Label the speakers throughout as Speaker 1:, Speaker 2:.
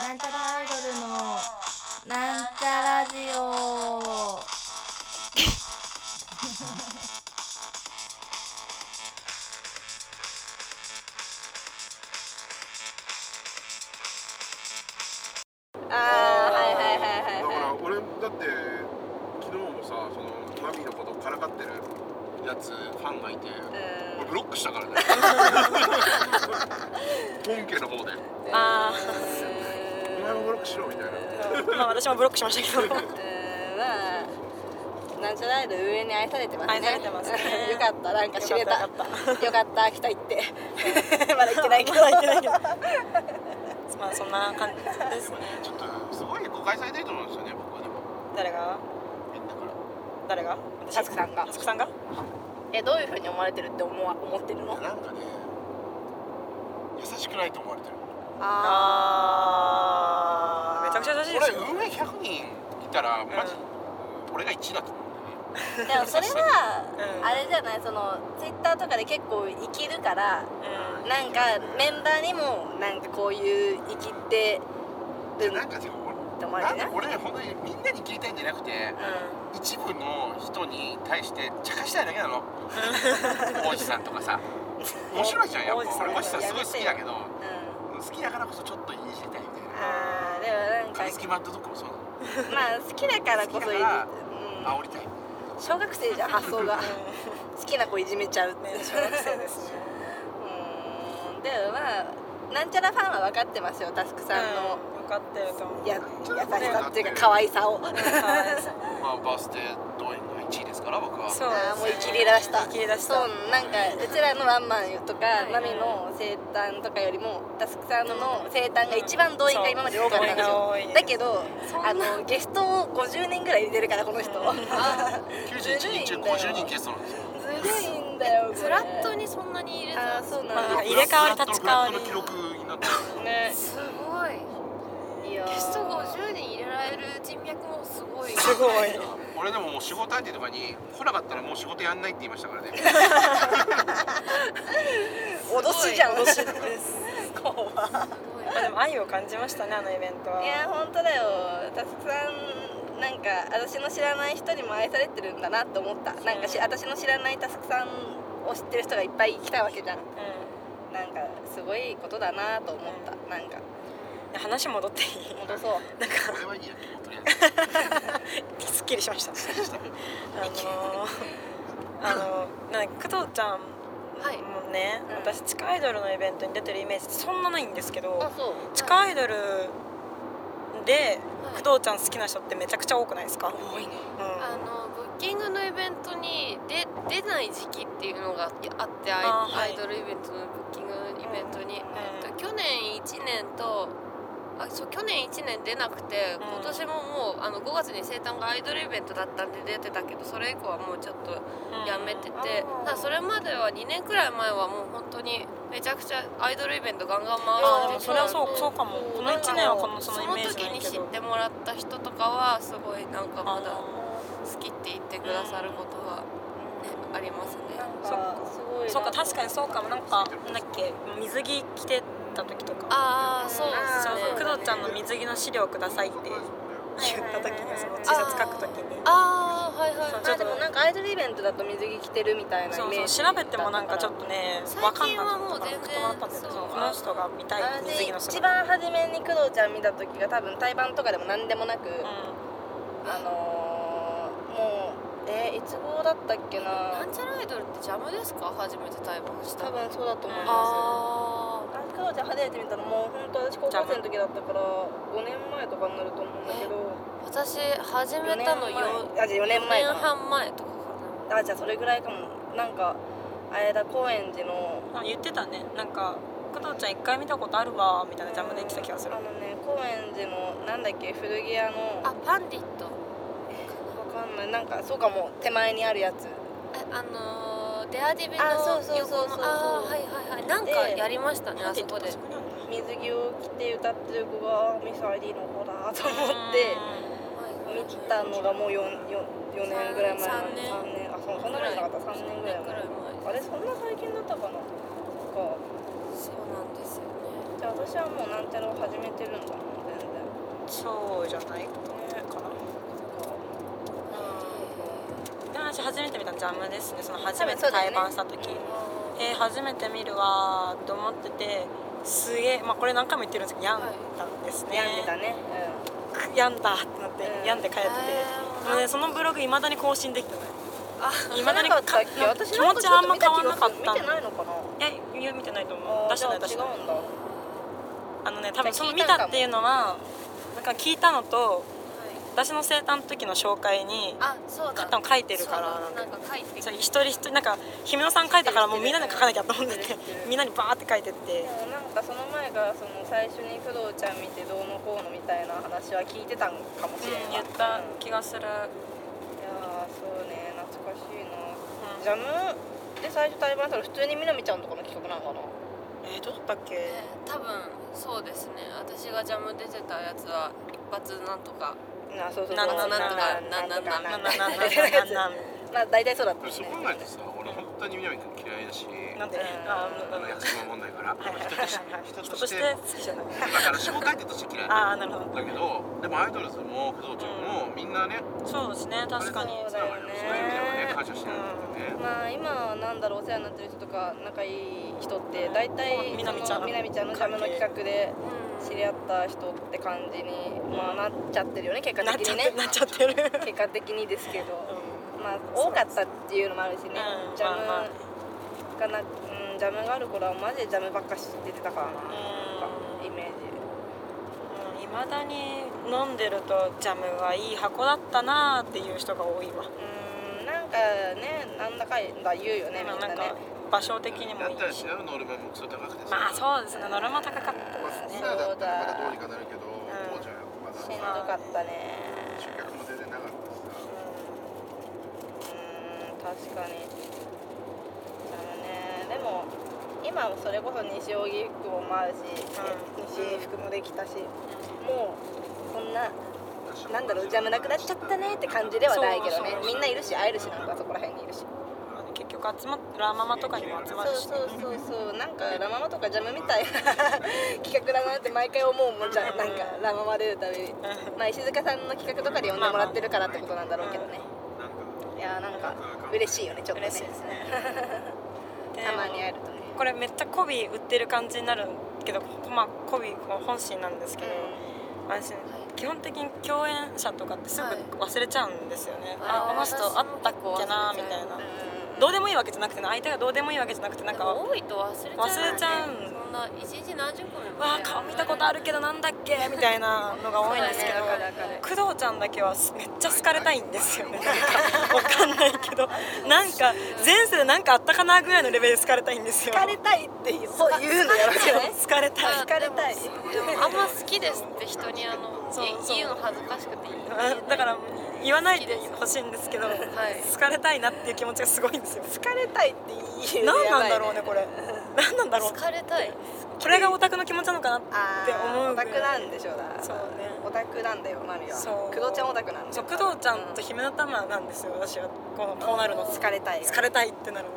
Speaker 1: なんちゃらアイドルのなんちゃラジオ
Speaker 2: ああはいはいはいはい
Speaker 3: だから
Speaker 2: は
Speaker 3: 俺だって昨日もさそのマミーのことをからかってるやつファンがいて
Speaker 2: い
Speaker 3: 俺
Speaker 2: う
Speaker 3: ブロックしたからね本家の方で
Speaker 2: ん
Speaker 3: 「
Speaker 4: あー
Speaker 3: お前もブロックしろ」みたいな
Speaker 4: まあ私もブロックしましたけ
Speaker 2: うん
Speaker 4: ど
Speaker 2: まあなんちゃらアイドル運営に愛されてますね
Speaker 4: 愛されてますね
Speaker 2: よかったなんか知れた
Speaker 4: よかったよか
Speaker 2: よかった秋田行ってまだ行ってないけど
Speaker 4: まだ言ってないけど まあそんな感じですね
Speaker 3: ちょっとすごい誤解されてると思うんですよね僕はでも
Speaker 4: 誰が
Speaker 3: みんなから
Speaker 4: 誰が
Speaker 2: タツクさんが
Speaker 4: タツクさんが
Speaker 2: えどういう風に思われてるって思わ思ってるの
Speaker 3: いやなんかね優しくないと思われてる
Speaker 2: あ
Speaker 4: あーめちゃくちゃ優しいですよ
Speaker 3: 俺運営100人いたらマジ、俺が1だと思うんだ
Speaker 2: あで
Speaker 3: よね
Speaker 2: もそれは
Speaker 4: うん
Speaker 2: あれじゃないそのツイッターとかで結構生きるから
Speaker 4: うん
Speaker 2: なんかメンバーにもなんかこういう生きてる
Speaker 3: なんかでも
Speaker 2: って思われ
Speaker 3: 俺な
Speaker 2: て
Speaker 3: ん
Speaker 2: な
Speaker 3: か俺本当にみんなに聞いたいんじゃなくて一部の人に対して茶化したいだけなの王子さんとかさ面白いじゃんやっ
Speaker 4: 王子
Speaker 3: ぱ
Speaker 4: さん
Speaker 3: 俺王子さんすごい好きだけど
Speaker 2: うん
Speaker 3: 好きだからこそちょっといじりたいみたいな
Speaker 2: あーでもなんか
Speaker 3: カリスキマットとかもそうなの
Speaker 2: まあ好きだからこ
Speaker 3: 好き
Speaker 2: そい
Speaker 3: だ
Speaker 2: じ、
Speaker 3: から
Speaker 2: う
Speaker 3: 煽りたい
Speaker 2: ん、小学生じゃん発想が好きな子いじめちゃうって
Speaker 4: ね小学生ですね
Speaker 2: うんでもまあなんちゃらファンは分かってますよタスクさんの、
Speaker 4: うん分かってると思う
Speaker 2: や優しさっていうか可愛さをあ
Speaker 4: かわいそう
Speaker 3: まあバースデー動員の1位ですから僕は
Speaker 4: そう
Speaker 2: ーもう生きり出した
Speaker 4: 生きり出した
Speaker 2: そうなんかうちらのワンマンとか
Speaker 4: い
Speaker 2: ナミの生誕とかよりもタスクさんの生誕が一番動員が今まで多かったんですよ
Speaker 4: そう動員が多いです
Speaker 2: だけどあのゲストを50人ぐらい入れてるからこの人
Speaker 3: 91人中50人ゲストなんですよ
Speaker 2: ずるいんだよこれ
Speaker 5: フラットにそんなに入れた
Speaker 2: あ
Speaker 5: ん
Speaker 2: ー
Speaker 5: です
Speaker 2: そうな
Speaker 4: ま
Speaker 2: ん
Speaker 4: あ
Speaker 2: だ
Speaker 4: 入れ替わり立ち
Speaker 3: フ
Speaker 4: 替
Speaker 3: ラ
Speaker 4: わ
Speaker 3: ッ
Speaker 4: り
Speaker 3: トの記録になってる
Speaker 4: ね
Speaker 5: すごい
Speaker 2: いやー
Speaker 5: ゲスト50人入れられる人脈もすごい
Speaker 4: すごい
Speaker 3: 俺でももう仕事相手とかに来なかったらもう仕事やんないって言いましたからね
Speaker 2: 脅しじゃん
Speaker 4: 脅しです怖い
Speaker 5: すごい
Speaker 4: まあでも愛を感じましたねあのイベントはい
Speaker 2: やー本当だよたくさんなんか私の知らない人にも愛されてるんだなと思ったなんかし私の知らないたくさんを知ってる人がいっぱい来たわけじゃん
Speaker 4: う
Speaker 2: なんかすごいことだなと思ったなんか
Speaker 4: んで話戻っていい
Speaker 2: 戻そう
Speaker 4: なんか
Speaker 3: 俺はいいやもうとりあ
Speaker 4: すっきりしました
Speaker 3: えずした
Speaker 4: あのー、あのなんか工藤ちゃん
Speaker 5: はい
Speaker 4: もね、
Speaker 2: うん
Speaker 4: 私地下アイドルのイベントに出てるイメージってそんなないんですけど
Speaker 2: そう
Speaker 4: 地下アイドルで
Speaker 5: はい
Speaker 4: 工藤ちゃん好きな人ってめちゃくちゃ多くないです
Speaker 3: 多
Speaker 4: か、
Speaker 3: いね
Speaker 5: あ
Speaker 4: う
Speaker 5: のブッキングのイベントにで出ない時期っていうのがあってアイ
Speaker 4: あーはい
Speaker 5: アイドルイベントのブッキングイベントに、えっ
Speaker 4: う
Speaker 5: と去年1年とあそう去年1年出なくて
Speaker 4: うん
Speaker 5: 今年ももうあの5月に生誕がアイドルイベントだったんで出てたけどそれ以降はもうちょっと
Speaker 4: ん
Speaker 5: やめてて、
Speaker 2: うん
Speaker 5: ただそれまでは2年くらい前はもう本当にめちゃくちゃアイドルイベントガンガン回
Speaker 4: あーで
Speaker 5: してて
Speaker 4: もそれはそうそうかもこの1年はこのそ
Speaker 5: そ
Speaker 4: のイ
Speaker 5: の
Speaker 4: メージ
Speaker 5: 時
Speaker 4: ない
Speaker 5: に
Speaker 4: け
Speaker 5: 知
Speaker 4: ど
Speaker 5: ってもらった人とかはすごいなんかまだ好
Speaker 4: あ
Speaker 5: きって言ってくださることが、ねありますね
Speaker 2: なんかすごい
Speaker 4: ー
Speaker 2: な
Speaker 4: そうか確かにそうかもなんかなんだっけ水着着てた時とか
Speaker 5: ああそう
Speaker 4: そう
Speaker 5: ですね
Speaker 4: 工藤ちゃんの水着の資料くださいって言った時にその T シャツ書く時に
Speaker 5: ああはいはい
Speaker 4: そう
Speaker 2: まあでもなんかアイドルイベントだと水着着てるみたいなイ
Speaker 4: そう
Speaker 2: メージ
Speaker 4: そう調べてもなんかちょっとね
Speaker 5: 最
Speaker 4: わかん
Speaker 5: 近
Speaker 4: な
Speaker 5: は
Speaker 4: か
Speaker 5: もう
Speaker 4: ったから
Speaker 5: 全然
Speaker 4: 送ってもらったんだけど
Speaker 5: そう
Speaker 4: この人が見たい水着の
Speaker 2: 私一
Speaker 4: 姿
Speaker 2: 番初めに工藤ちゃん見た時が多分対バンとかでも何でもなく、あのー、もうえー、いつ号だったっけ
Speaker 5: な
Speaker 2: なん
Speaker 5: ちゃらアイドルってジャムですか初めて対バンした
Speaker 2: 多分そうだと思いま
Speaker 5: あ
Speaker 2: すあクロちゃん初めて見たのもう本当私高校生の時だったから5年前とかになると思うんだけど
Speaker 5: あ私始
Speaker 2: 4
Speaker 5: め
Speaker 2: 年
Speaker 5: たの
Speaker 2: 前あじゃあ4年前
Speaker 5: 4
Speaker 2: か
Speaker 5: 年半前とかか
Speaker 2: なあじゃあそれぐらいかもなんかあれだ高円寺の
Speaker 4: うん言ってたねなんか工藤ちゃん一回見たことあるわみたいなジャムで言ってた気がする
Speaker 2: あのね高円寺のなんだっけ古着屋の
Speaker 5: なあ
Speaker 2: わ
Speaker 5: パンディット
Speaker 2: かんないなんかそうかも手前にあるやつ
Speaker 5: えあのーデアディベの
Speaker 2: あそうそうそう
Speaker 5: 横
Speaker 2: そう
Speaker 5: のあーはいはいはいなんかやりましたねあそこで
Speaker 2: 水着を着て歌ってる子がミス ID の子だと思って見たのがもう 4, 4, 4年ぐらい前
Speaker 5: 三年
Speaker 2: 三年あそうそんな前なかった3年ぐらい前あれそんな最近だったかなそっか
Speaker 5: そうなんですよね
Speaker 2: じゃあ私はもうなんちゃらを始めてるんだもん全然
Speaker 4: そうじゃないかなでも私初めて見たジャムですねその初
Speaker 2: 多分
Speaker 4: めて
Speaker 2: そうだよ
Speaker 4: 対
Speaker 2: ね
Speaker 4: バンした時、えー初めて見るわーと思っててすげえ、まあ、これ何回も言ってるんですけど病んだんですね、
Speaker 2: 病んでたね、
Speaker 4: 病んだってなって、
Speaker 2: うん
Speaker 4: 病んで帰って
Speaker 5: ー
Speaker 4: もうねそのブログいまだに更新できてない
Speaker 2: うん、
Speaker 4: いまだに
Speaker 2: なかったっけ私
Speaker 4: 気持ちあんま変わんなかった
Speaker 2: 見てないのかな
Speaker 4: えいや見てないと思
Speaker 2: あ
Speaker 4: う
Speaker 2: ー
Speaker 4: 出し
Speaker 2: じゃ
Speaker 4: て
Speaker 2: あ違
Speaker 4: ない出してない
Speaker 2: うんだ
Speaker 4: あのね多分
Speaker 2: じ
Speaker 4: そ
Speaker 2: ゃあ
Speaker 4: の
Speaker 2: 聞
Speaker 4: 見
Speaker 2: いたん
Speaker 4: た
Speaker 2: だ
Speaker 4: っていうのはなんか聞いたのと私の生誕の時の紹介に
Speaker 5: あそうだ
Speaker 4: 多分書いてるから
Speaker 5: そうだなんか書いて
Speaker 4: そう一人一人なんか姫野さん書いたからもうみんなで書かなきゃと思っててみんなにバーって書いてって
Speaker 2: でもなんかその前からその最初に工藤ちゃん見てどうのこうのみたいな話は聞いてたんかもしれない、
Speaker 4: 言っ
Speaker 2: うん
Speaker 4: た
Speaker 2: い
Speaker 4: 気がする
Speaker 2: やーそうね懐かしいな、ジャムで最初対バンしたら普通にみなみちゃんとかの企画なんかな
Speaker 4: えー、どうだったっけ
Speaker 5: えー多分そうですね私がジャム出てたやつは一発なんとか
Speaker 2: なそうそう
Speaker 4: なん
Speaker 2: そう
Speaker 4: なんとか
Speaker 2: なんとかな
Speaker 4: なんなんんなんなんなん
Speaker 2: とか
Speaker 4: なん
Speaker 2: まあ大体そうだった
Speaker 3: でもそこまでさ俺本当に南君嫌いだし
Speaker 4: なんで
Speaker 2: うん
Speaker 4: あ
Speaker 3: あの
Speaker 4: ー
Speaker 3: 役者問題から人として人
Speaker 4: 人
Speaker 3: と
Speaker 4: と
Speaker 3: し
Speaker 4: してて好きじゃない
Speaker 3: だから仕事相手として嫌いだ
Speaker 4: ああなるほど
Speaker 3: けどでもアイドルズも工藤ちゃんもみんなね
Speaker 4: そうですね確かに
Speaker 2: そうだ
Speaker 3: そう
Speaker 2: よ
Speaker 3: いう意
Speaker 2: ね
Speaker 3: 味ではね感謝してるんだよね
Speaker 2: まあ今なんだろうお世話になってる人とか仲いい人って大体
Speaker 4: みなみちゃん
Speaker 2: そのみなみちゃんのジャムの企画で知り合った人って感じに、まあ、なっちゃってるよね結果
Speaker 4: なっ
Speaker 2: 的
Speaker 4: ちゃ
Speaker 2: に
Speaker 4: って
Speaker 2: ね
Speaker 4: なっちゃってる
Speaker 2: 結果的にですけど、
Speaker 4: う
Speaker 2: まあ多かったっていうのもあるしね、
Speaker 4: うん
Speaker 2: ジャム
Speaker 4: まあまあ
Speaker 2: がな、うん、ジャムがある頃はマジでジャムばっかし出てたからな,、
Speaker 4: ん
Speaker 2: イメージ
Speaker 4: いまだに飲んでるとジャムはいい箱だったなーっていう人が多いわ
Speaker 2: うんなんかねなんだかんだ言うよねみんな
Speaker 4: な
Speaker 2: ね
Speaker 4: んか場所的にも
Speaker 3: だ
Speaker 4: い
Speaker 3: っ
Speaker 4: い
Speaker 3: たら
Speaker 4: し
Speaker 3: 違うノルマもクソ高くてさ
Speaker 4: まあそうですねノルマ高かった
Speaker 3: まあ
Speaker 4: ですね
Speaker 3: 今だったらまだどうにかなるけど当時はまだ
Speaker 2: しんど
Speaker 3: さ
Speaker 2: かったね
Speaker 3: 集客も全然なかったしさ
Speaker 2: うーん確かにそのねでも今はそれこそ西荻服もあるし、西服もできたし、もうこんななんだろうジャムなくなっちゃったねって感じではないけどね
Speaker 4: そうそうそう
Speaker 2: みんないるし会えるしなんかそこら辺にいるし
Speaker 4: うん結局集まっラママとかにも集まるし
Speaker 2: そうそうそうそうなんかラ・ママとかジャムみたいな企画だなって毎回思うもんじゃんなんかラ・ママ出るたびにまあ石塚さんの企画とかで呼んでもらってるからってことなんだろうけどねいやーなんか嬉しいよねちょっとね
Speaker 4: 嬉しいですねで
Speaker 2: たまに会えるとね
Speaker 4: これめっちゃ媚び売ってる感じになるけどまあ媚び本心なんですけど、私基本的に共演者とかってすぐ忘れちゃうんですよね、あ
Speaker 5: あー
Speaker 4: あの人会ったっけなみたいな
Speaker 2: うん
Speaker 4: どうでもいいわけじゃなくて相手がどうでもいいわけじゃなくてなんかわ
Speaker 5: 多いと忘れちゃう
Speaker 4: 忘れちゃう
Speaker 5: そんな一日何十個も見
Speaker 4: あ顔見たことあるけどなんだっけみたいなのが多いんですけど
Speaker 2: そうだねわかるわ
Speaker 4: 工藤ちゃんだけはめっちゃ好かれたいんですよねなんかわかんないけどなんか前世でなんかあったかなぐらいのレベルで好かれたいんですよ
Speaker 2: 疲れたいっていうそう言うのやろうけどね
Speaker 4: 好かれたい
Speaker 5: あ
Speaker 2: 疲れたい
Speaker 5: でもあんま好きですって人にあの
Speaker 4: そうそう
Speaker 5: 言うの恥ずかしくて言えない
Speaker 4: だから言わないでほしいんですけど、
Speaker 5: はい
Speaker 4: 好かれたいなっていう気持ちがすごいんですよ
Speaker 2: 疲れたいって言うの
Speaker 4: 何
Speaker 2: やば
Speaker 4: ないんだろうねこれ 何なんだろう
Speaker 5: 疲れたい
Speaker 4: これがオタクの気持ちなのかなって
Speaker 2: あ
Speaker 4: 思
Speaker 2: ー
Speaker 4: う
Speaker 2: オ
Speaker 4: ぐ
Speaker 2: タ
Speaker 4: らい
Speaker 2: クなんでしょうだ
Speaker 4: そうね
Speaker 2: オタクなんだよマミは
Speaker 4: そう
Speaker 2: 工藤ちゃんオタクなんだよ
Speaker 4: そう工藤ちゃんと姫の玉なんですよ私はこうこうなるの
Speaker 2: 疲れたい
Speaker 4: 疲れたいってなるの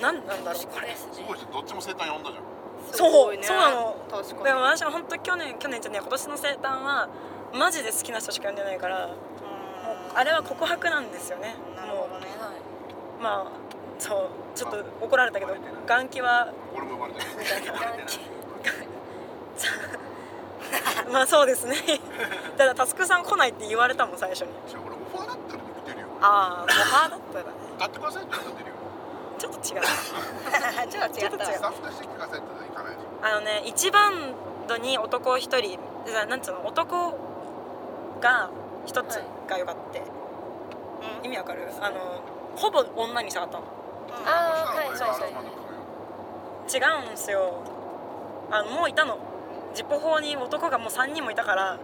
Speaker 4: 何なんだろうこれ
Speaker 5: です
Speaker 3: す
Speaker 5: ね
Speaker 3: ごいじゃんどっちも生誕呼んだじゃん
Speaker 4: そ
Speaker 2: す
Speaker 4: う、
Speaker 2: ごいね
Speaker 4: そうなの
Speaker 2: 確かに
Speaker 4: でも私は本当去年去年じゃねえ今年の生誕はマジで好きな人しか呼んでないからもうあれは告白なんですよね
Speaker 2: なるほ
Speaker 5: は
Speaker 2: どね
Speaker 5: い
Speaker 4: もうまあそうちょっと怒られたけど元気は
Speaker 3: 俺も呼ばれてな い
Speaker 4: まあそうですねただタスクさん来ないって言われたもん最初に
Speaker 3: じゃあ俺オファーだったら来てるよ
Speaker 4: ああごはだったらね
Speaker 3: 歌ってくださいって言ったら出るよ
Speaker 4: ちょっと違う
Speaker 2: ちょっと違っ
Speaker 4: ちょっと違
Speaker 2: た
Speaker 4: う
Speaker 3: スタッフとして聞かせていかないでしょ
Speaker 4: あのね一番度に男一人じゃあなんつうの男が一つがよかった、意味わかるあのほぼ女にしたかったの
Speaker 5: ああはい
Speaker 3: そ
Speaker 5: は
Speaker 3: し
Speaker 5: い
Speaker 3: た
Speaker 5: は
Speaker 3: ら俺がアル
Speaker 5: い
Speaker 3: マの組むよ
Speaker 4: 違うんですよあのもういたのジッポ法に男がもう3人もいたから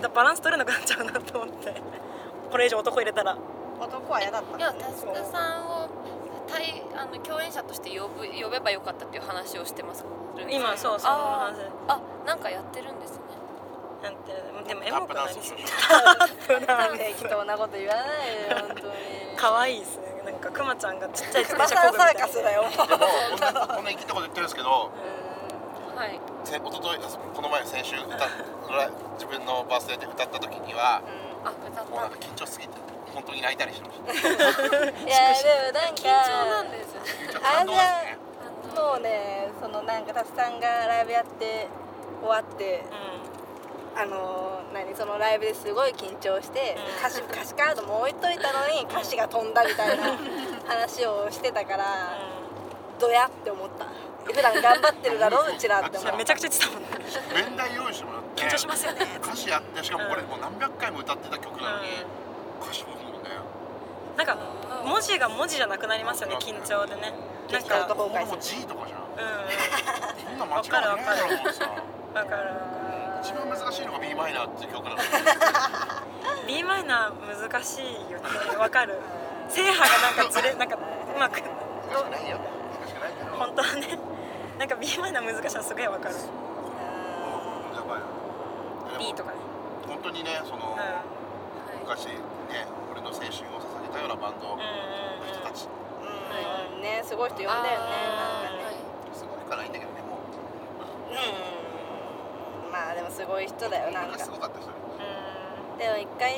Speaker 4: だバランス取れなくなっちゃうなと思ってこれ以上男入れたら
Speaker 2: 男は嫌だった
Speaker 5: いやタスクさんを対あの共演者として呼ぶ呼べばよかったっていう話をしてます
Speaker 4: 今そうその
Speaker 5: あ
Speaker 4: 話
Speaker 5: ーあなんかやってるんですね
Speaker 4: なんてでもエ
Speaker 3: タッ
Speaker 4: モ
Speaker 3: プ
Speaker 4: く
Speaker 3: ダン
Speaker 4: な
Speaker 3: ス
Speaker 4: り
Speaker 3: でし
Speaker 4: そ
Speaker 3: ょ
Speaker 4: う
Speaker 2: 適当なこと言わないでよ本当に
Speaker 4: 可愛いですねなんかクマちゃんがちっちゃい 自
Speaker 2: バ
Speaker 4: 転
Speaker 2: タ
Speaker 4: 車こ
Speaker 2: ー
Speaker 4: ぐみ
Speaker 2: サ
Speaker 4: たい
Speaker 2: ーカスだよ
Speaker 3: でもこんなこんな生きったこと言ってるんですけど
Speaker 5: ははい
Speaker 3: せ一昨日あそうこの前先週歌っラ自分のバースデーで歌った時には
Speaker 5: あ歌っ
Speaker 3: もうな
Speaker 5: た
Speaker 3: んか緊張しすぎて本当に泣いたりしてました
Speaker 2: いやでもなん
Speaker 5: 緊張なん
Speaker 2: か
Speaker 5: です
Speaker 3: 緊張感動ですね
Speaker 5: あの
Speaker 2: もうねそのなんかタスさんがライブやって終わってあのー何そのライブですごい緊張して
Speaker 4: うん
Speaker 2: 歌詞歌詞カードも置いといたのに歌詞が飛んだみたいな 話をしてたからドヤって思った普段頑張ってるだろううちらって思
Speaker 4: うんめ
Speaker 2: っ
Speaker 4: ちゃくちゃ言ってたもんね
Speaker 3: 面談用意してもらって
Speaker 4: 緊張しま すよね
Speaker 3: 歌詞やってしかもこれもう何百回も歌ってた曲なのに、歌詞ももうね
Speaker 4: なんか文字が文字じゃなくなりますよね緊張でねなん
Speaker 2: 緊張と
Speaker 4: か
Speaker 2: 崩
Speaker 3: ほ
Speaker 2: 壊する
Speaker 3: ぼ G とかじゃん
Speaker 4: う
Speaker 3: こんな間違いないだろうってさ
Speaker 4: んだから
Speaker 3: 一番難しいのが b マイナーっていう曲なの に
Speaker 4: B マイナー難しいよねわかる制覇がなんか ずれなんかうま
Speaker 3: 難
Speaker 4: く
Speaker 3: しくないよ難しくないけど
Speaker 4: 本当はねなんか B マイナー難しいのすごいわかる
Speaker 3: やばいよ
Speaker 4: B とかね
Speaker 3: 本当にねその、昔ね俺の青春を捧げたようなバンドの人たち
Speaker 2: うんねすごい人呼んだよねなんかね
Speaker 3: すごいからいいんだけどねもう
Speaker 2: うんまあでもすごい人だよなんか
Speaker 3: 昔すごかった人に
Speaker 2: でも一回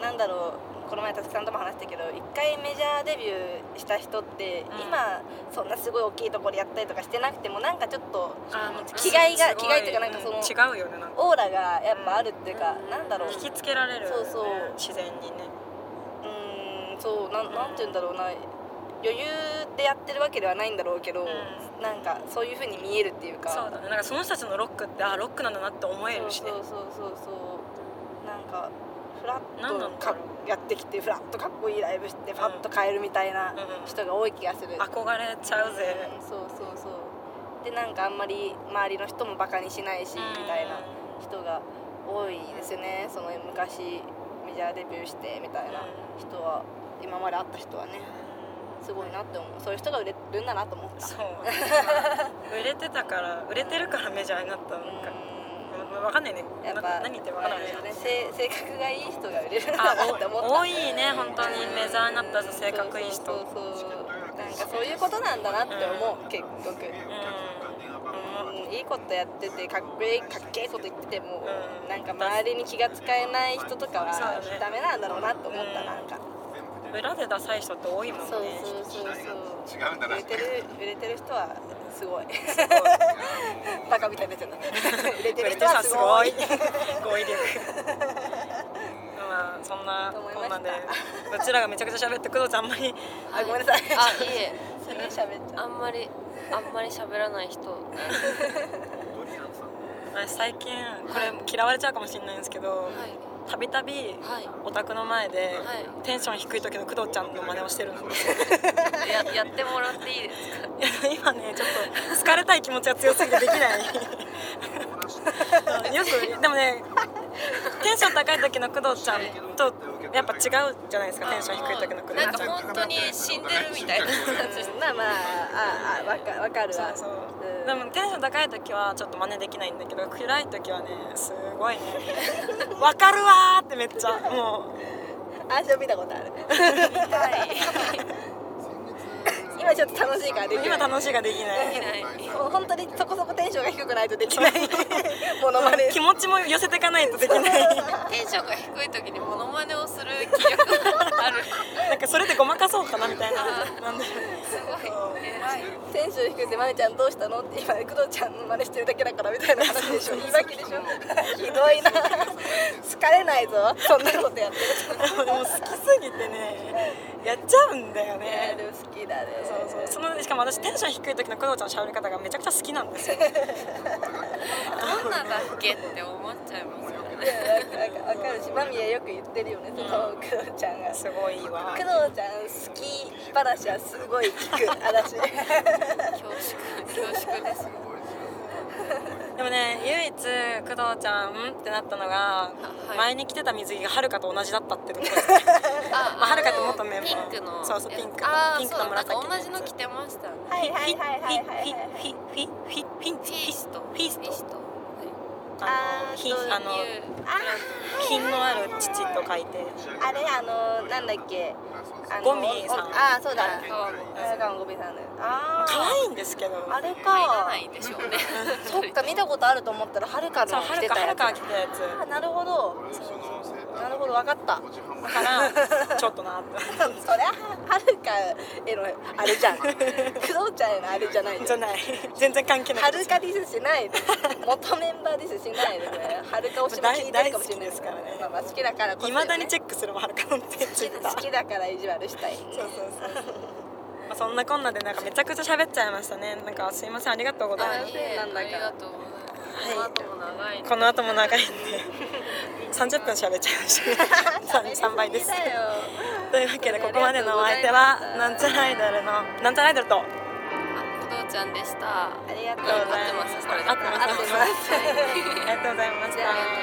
Speaker 2: なんだろうこの前たくさんとも話したけど一回メジャーデビューした人って、
Speaker 4: うん
Speaker 2: 今そんなすごい大きいところやったりとかしてなくてもなんかちょっと
Speaker 4: 気
Speaker 2: 気概が気概っていうかなんかその
Speaker 4: 違うよねなんか
Speaker 2: オーラがやっぱあるっていうか、
Speaker 5: うん
Speaker 2: なんだろうう
Speaker 4: 引きつけられるよね
Speaker 2: そうそう
Speaker 4: 自然にね
Speaker 2: ーんそうなんなんて言うんだろうな余裕でやってるわけではないんだろうけど、
Speaker 4: う
Speaker 2: なんかそういうふうに見えるっていうか
Speaker 4: そうだねなんかその人たちのロックってあロックなんだなって思えるし
Speaker 2: そう
Speaker 4: ね
Speaker 2: そうそうそうそうなんかフラ
Speaker 4: なんなん
Speaker 2: ッと
Speaker 4: だ
Speaker 2: か
Speaker 4: ろ
Speaker 2: やってきてフラッとかっこいいライブしてパッと変えるみたいな
Speaker 4: うん
Speaker 2: 人が多い気がする、
Speaker 4: 憧れちゃうぜ
Speaker 2: うんそうそうそうでなんかあんまり周りの人もバカにしないし、みたいな人が多いですよねその昔メジャーデビューしてみたいな人は今まで会った人はねすごいなって思うそういう人が売れるんだなと思った
Speaker 4: そう 売れてたから売れてるからメジャーになったのか
Speaker 2: うん
Speaker 4: わわかんないね
Speaker 2: やっ
Speaker 4: な
Speaker 2: ぱ
Speaker 4: んか何言ってもわかんないね
Speaker 2: あれですよねせ性格がいい人が売れるん
Speaker 4: あ
Speaker 2: だなって思った
Speaker 4: お多いね本当にメジャーになった性格いい人
Speaker 2: そう
Speaker 4: う
Speaker 2: そうそうなんかそういうことなんだなって思う、結局、うん、いいことやっててかっこいいかっけえこと言ってても、
Speaker 4: うん
Speaker 2: なんか周りに気が使えない人とかは
Speaker 4: そうだね
Speaker 2: ダメなんだろうなって思った、
Speaker 4: うん
Speaker 2: なんか
Speaker 4: ん裏でダサい人って多いもんね
Speaker 2: そうそうそう
Speaker 3: 時
Speaker 2: そ
Speaker 3: 代が違うんだ
Speaker 2: う売
Speaker 3: な
Speaker 2: れて る売れてる人はすごい バカみたいになっちゃ った売れて
Speaker 4: 売
Speaker 2: る
Speaker 4: れ
Speaker 2: 人
Speaker 4: て
Speaker 2: は
Speaker 4: さ
Speaker 2: す
Speaker 4: す
Speaker 2: ご
Speaker 4: ご
Speaker 2: い
Speaker 4: い 語彙力まあそんな
Speaker 2: と思いま
Speaker 4: こ
Speaker 2: した
Speaker 4: んなんでうちらがめちゃくちゃ喋ってくるとあんまり
Speaker 2: あごめんなさい
Speaker 5: あ いえ
Speaker 2: すげえ喋っちゃ
Speaker 5: あんまりあんまり喋らない人
Speaker 4: 私最近これ嫌われちゃうかもしれないんですけど
Speaker 5: はい
Speaker 4: たびたび
Speaker 5: はい
Speaker 4: お宅の前で
Speaker 5: はい
Speaker 4: テンション低い時の工藤ちゃんの真似をしてるの
Speaker 5: ややってもらっていいですか
Speaker 4: いや今ねちょっと好かれたい気持ちが強すぎてできないうんよくでもねテンション高い時の工藤ちゃんとやっぱ違うじゃないですかテンション低い時の工藤ち
Speaker 5: な
Speaker 4: ゃ
Speaker 5: ん
Speaker 4: ん
Speaker 5: か本当に死んでるみたいな感じ
Speaker 2: うまあまあああわかわかる
Speaker 4: そう
Speaker 2: わ
Speaker 4: そう
Speaker 2: うん
Speaker 4: でもテンション高い時はちょっと真似できないんだけど暗い時はねすごいね「わかるわ!」ってめっちゃもう
Speaker 2: あそれ見たことある今ちょっと楽しいからできない
Speaker 4: 今楽しいができない
Speaker 5: ない
Speaker 2: もう本当にそこそこテンションが低くないとできない モノマネ
Speaker 4: 気持ちも寄せていかないとできない
Speaker 5: テンションが低い時にモノマネをする気力がある
Speaker 4: なんかそれでごまかそうかなみたいななんでしょ
Speaker 5: すごい偉い
Speaker 2: テンション低くて「まねちゃんどうしたの?」って今工藤ちゃんの真似してるだけだからみたいな話でしょ言い訳でしょひどいな好かれないぞそんなことやってる
Speaker 4: うもう好きすぎてねやっちゃうんだよ
Speaker 2: いやで
Speaker 4: ね
Speaker 2: も好きだね
Speaker 4: そうそうそのしかも私テンション低い時の工藤ちゃんの喋り方がめちゃくちゃ好きなんですよ
Speaker 5: どんなだっけって思っちゃいますよ
Speaker 2: い
Speaker 5: ね
Speaker 2: やなんかなんか分かるしマミヤよく言ってるよねその工藤ちゃんが
Speaker 4: すごいわ
Speaker 2: 工藤ちゃん好き話はすごい聞く私
Speaker 5: 恐縮恐縮です
Speaker 4: でもね唯一工藤ちゃんんってなったのが、
Speaker 5: はい
Speaker 4: 前に着てた水着がはるかと同じだったってところです
Speaker 5: あ
Speaker 4: まあはるかってもっとメンバー
Speaker 5: ピンクの
Speaker 4: そうそうピンクの
Speaker 5: あー
Speaker 4: ピンクと紫
Speaker 5: そうなんか同じの着てましたね
Speaker 2: はいはいはいはいはいはい
Speaker 4: フィフィフィフィフィフィ
Speaker 5: フィースト
Speaker 4: フィースト
Speaker 5: フィースト
Speaker 4: あ
Speaker 2: あー
Speaker 4: のひ
Speaker 2: そういう
Speaker 4: あの
Speaker 2: あ
Speaker 4: 品のある父と書いて
Speaker 2: あれあのなんだっけあの
Speaker 4: ゴミさん
Speaker 2: おあそうだ
Speaker 5: はい川も
Speaker 2: あれがゴミさんだよあー
Speaker 4: 可愛いんですけど
Speaker 2: あれ
Speaker 5: 入ら
Speaker 2: か
Speaker 5: ないでしょうね
Speaker 2: そっかみことあると思ったらはるか
Speaker 4: そう
Speaker 2: の
Speaker 4: は
Speaker 2: 着
Speaker 4: る
Speaker 2: て
Speaker 4: か
Speaker 2: た
Speaker 4: は
Speaker 2: や
Speaker 4: る
Speaker 2: つ
Speaker 4: かが着てたやつ
Speaker 2: あなるほど
Speaker 3: 俺そのセーター
Speaker 2: なるほどわかった
Speaker 3: 5時半まで
Speaker 4: からちょっとなって
Speaker 2: そりゃはるかへのあれじゃん工藤ちゃんへのあれじゃない
Speaker 4: じゃない全然関係ない
Speaker 2: はるかディスしないで元メンバーディスしないでこれはるか推しも聞いてるかもしれない
Speaker 4: 大大好きですからね
Speaker 2: まあ、まあ好きだからこそ
Speaker 4: い
Speaker 2: よ
Speaker 4: まだにチェックするもはるかのってツイッター
Speaker 2: 好きだから意地悪したい
Speaker 4: そうそうそうそう。まあそんなこんなでなんかめちゃくちゃ喋っちゃいましたね。なんかすいませんありがとうございま
Speaker 5: あい
Speaker 4: す。
Speaker 5: いえ
Speaker 2: なんだか
Speaker 5: ありがとうございますこの後も長いね
Speaker 4: この後も長いんで30分喋っちゃいま した。3, 倍です。
Speaker 2: ダメだよ
Speaker 4: というわけでここまでのお相手はなんちゃらアイドルのなんちゃらアイドルと合って
Speaker 5: あ工藤ちゃんでした
Speaker 2: ありがとう
Speaker 4: ありがとう
Speaker 5: 合ってますこれで
Speaker 4: ま
Speaker 2: 合っ
Speaker 4: す。
Speaker 2: てます
Speaker 4: ありがとうございまし
Speaker 2: じゃあ
Speaker 4: た。